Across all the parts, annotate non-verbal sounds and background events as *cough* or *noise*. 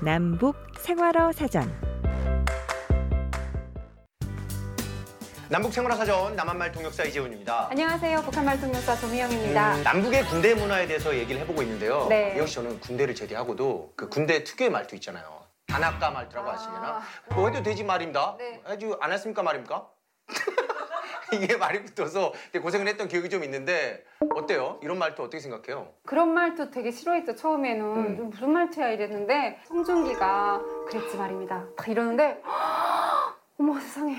남북 생활어 사전. 남북 생활화 사전 남한말 통역사 이재훈입니다. 안녕하세요. 북한말 통역사 조미영입니다. 음, 남북의 군대 문화에 대해서 얘기를 해보고 있는데요. 네. 역시 저는 군대를 제대하고도 그 군대 특유의 말투 있잖아요. 안할까 말투라고 아. 아시려나? 뭐 해도 되지 말입니다. 네. 아주 안 했습니까 말입니까? *laughs* 이게 말이 붙어서 되게 고생을 했던 기억이 좀 있는데 어때요? 이런 말투 어떻게 생각해요? 그런 말투 되게 싫어했죠. 처음에는 음. 좀 무슨 말투야 이랬는데 송중기가 그랬지 말입니다. 딱 이러는데 *gasps* 어머 세상에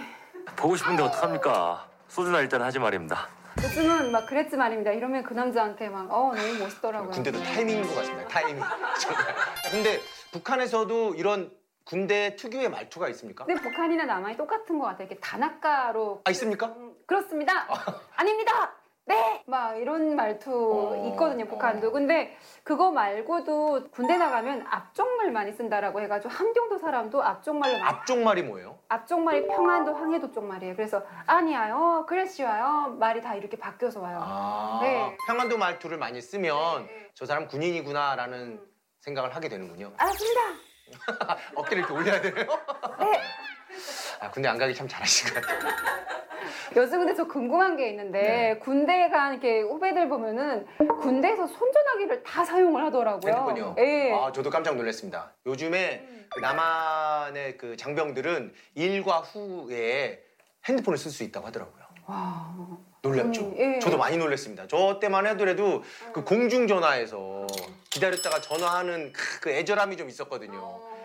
보고 싶은데 어떡합니까? 소주나 일단 하지 말입니다. 요즘은 막 그랬지 말입니다. 이러면 그 남자한테 막 어 너무 멋있더라고요. 군대도 타이밍인 것 같습니다. 타이밍. *laughs* 정말. 근데 북한에서도 이런 군대 특유의 말투가 있습니까? 근데 북한이나 남한이 똑같은 것 같아요. 이렇게 단아까로 아 있습니까? 음, 그렇습니다. 아닙니다. 네! 막 이런 말투 어, 있거든요, 북한도. 어. 근데 그거 말고도 군대 나가면 앞쪽말 많이 쓴다라고 해가지고 함경도 사람도 앞쪽말로 많이 앞쪽 말이 뭐예요? 앞쪽말이 평안도 황해도 쪽말이에요. 그래서 아니야요, 그랬시와요 말이 다 이렇게 바뀌어서 와요. 아, 네. 평안도 말투를 많이 쓰면 네. 음. 저 사람 군인이구나라는 생각을 하게 되는군요. 알았습니다. 어깨를 이렇게 올려야 되네요. 네. 아, 군대 안 가기 참 잘하신 것 같아요. 요즘 근데 저 궁금한 게 있는데 네. 군대 간 이렇게 후배들 보면은 군대에서 손전화기를 다 사용을 하더라고요. 핸드폰이요. 예. 음. 아, 저도 깜짝 놀랐습니다. 요즘에 그 남한의 그 장병들은 일과 후에 핸드폰을 쓸 수 있다고 하더라고요. 와. 놀랍죠? 음, 예. 어. 저도 많이 놀랐습니다. 저 때만 해도라도 그 음. 공중전화에서 기다렸다가 전화하는 그, 그 애절함이 좀 있었거든요. 어.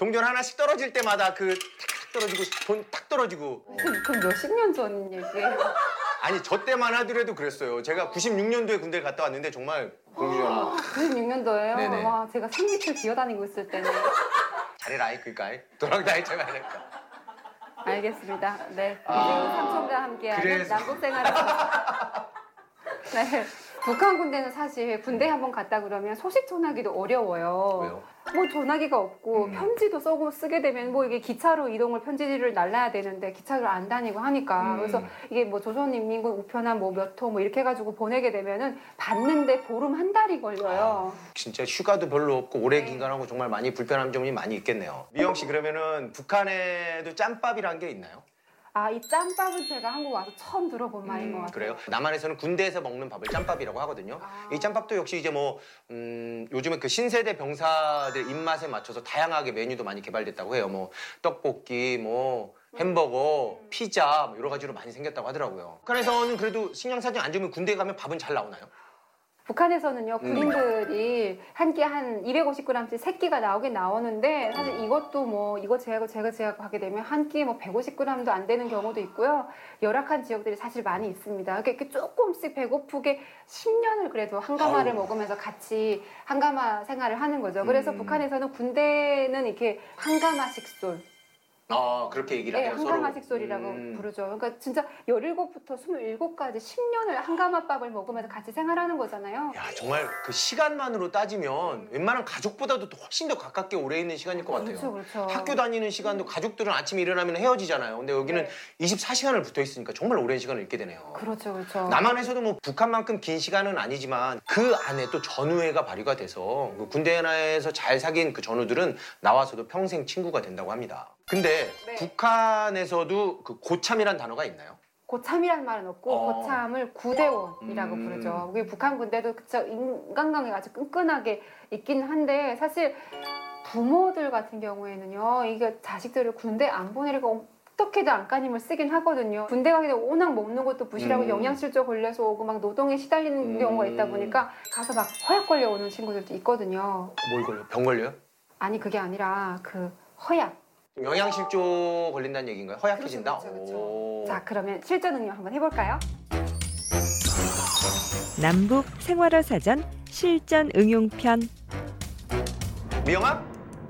동전 하나씩 떨어질 때마다 그 탁 떨어지고 돈 탁 떨어지고 그럼 몇십 년 전 얘기예요. *laughs* 아니 저 때만 하더라도 그랬어요. 제가 96년도에 군대를 갔다 왔는데 정말 어. 공주전화 96년도예요. 네네. 와, 제가 생리출 기어다니고 있을 때는 잘해라 이 그니까 도랑다이 제발 할까. 알겠습니다. 네, 아. 이재훈 삼촌과 함께하는 그래서. 남북 생활을. *laughs* 네, 북한 군대는 사실 군대 한번 갔다 그러면 소식 전하기도 어려워요. 왜요? 뭐 전화기가 없고 음. 편지도 써고 쓰게 되면 뭐 이게 기차로 이동을 편지를 날라야 되는데 기차를 안 다니고 하니까 음. 그래서 이게 뭐 조선인민군 우편함 뭐몇통뭐 이렇게 해가지고 보내게 되면은 받는데 보름 한 달이 걸려요. 진짜 휴가도 별로 없고 오래 네. 기간하고 정말 많이 불편한 점이 많이 있겠네요. 미영 씨 그러면은 북한에도 짬밥이란 게 있나요? 아, 이 짬밥은 제가 한국 와서 처음 들어본 말인 것 같아요. 그래요? 남한에서는 군대에서 먹는 밥을 짬밥이라고 하거든요. 아. 이 짬밥도 역시 이제 뭐 음, 요즘에 그 신세대 병사들 입맛에 맞춰서 다양하게 메뉴도 많이 개발됐다고 해요. 뭐 떡볶이, 뭐 햄버거, 음. 피자 뭐 여러 가지로 많이 생겼다고 하더라고요. 북한에서는 그래도 식량사정 안 좋으면 군대 가면 밥은 잘 나오나요? 북한에서는요 음. 군인들이 한 끼 한 250g씩 세 끼가 나오긴 나오는데 사실 이것도 뭐 이거 제하고 제가 제하고 하게 되면 한 끼에 뭐 150g도 안 되는 경우도 있고요 열악한 지역들이 사실 많이 있습니다. 그러니까 이렇게, 이렇게 조금씩 배고프게 10년을 그래도 한가마를 아우. 먹으면서 같이 한가마 생활을 하는 거죠. 그래서 음. 북한에서는 군대는 이렇게 한가마 식솔 아 그렇게 얘기를 네, 해요 서로. 한가마식 소리라고 음. 부르죠. 그러니까 진짜 17부터 27까지 10년을 한가마밥을 먹으면서 같이 생활하는 거잖아요. 야 정말 그 시간만으로 따지면 웬만한 가족보다도 더 훨씬 더 가깝게 오래 있는 시간일 것 같아요. 그렇죠, 그렇죠. 학교 다니는 시간도 가족들은 아침에 일어나면 헤어지잖아요. 근데 여기는 네. 24시간을 붙어 있으니까 정말 오랜 시간을 있게 되네요. 그렇죠, 그렇죠. 남한에서도 뭐 북한만큼 긴 시간은 아니지만 그 안에 또 전우회가 발휘가 돼서 그 군대 나에서 잘 사귄 그 전우들은 나와서도 평생 친구가 된다고 합니다. 근데 네. 북한에서도 그 고참이란 단어가 있나요? 고참이란 말은 없고 어. 고참을 구대원이라고 음. 부르죠. 우리 북한 군대도 그쵸 인간관계가 아주 끈끈하게 있긴 한데 사실 부모들 같은 경우에는요 이게 자식들을 군대 안 보내려고 어떻게든 안간힘을 쓰긴 하거든요. 군대 가게 되면 워낙 먹는 것도 부실하고 음. 영양실조 걸려서 오고 막 노동에 시달리는 음. 경우가 있다 보니까 가서 막 허약 걸려 오는 친구들도 있거든요. 뭘 걸려? 병 걸려요? 아니 그게 아니라 그 허약. 영양실조 걸린다는 얘기인가요? 허약해진다? 그렇죠, 그렇죠, 그렇죠. 오. 자 그러면 실전 응용 한번 해볼까요? 남북 생활어 사전 실전 응용편. 미영아?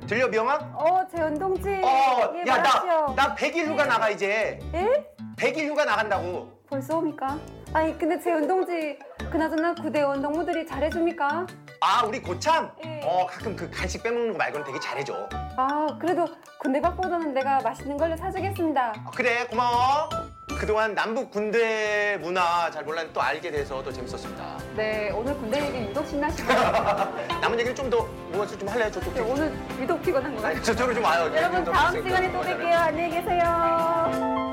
들려 미영아? 어, 재현 동지. 어, 예, 야, 나, 말하시오. 나 100일 휴가 나가 이제. 네. 예? 100일 휴가 나간다고. 벌써 옵니까? 아니, 근데 재현 동지, 그나저나 구대원 동무들이 잘해줍니까? 아, 우리 고참? 예. 어, 가끔 그 간식 빼먹는 거 말고는 되게 잘해줘. 어, 아, 그래도 군대 밥보다는 내가 맛있는 걸로 사주겠습니다. 아, 그래, 고마워. 그동안 남북 군대 문화 잘 몰랐는데 또 알게 돼서 더 재밌었습니다. 네, 오늘 군대 얘기 유독 신나시네요. 남은 얘기 일 좀 더 무엇을 좀 할래요? 저쪽 네, 뒤로 좀. 오늘 유독 피곤한 것 같아요. 네, 저쪽으로 좀 와요. 여러분 다음 시간에 또 뵐게요. 안녕히 계세요.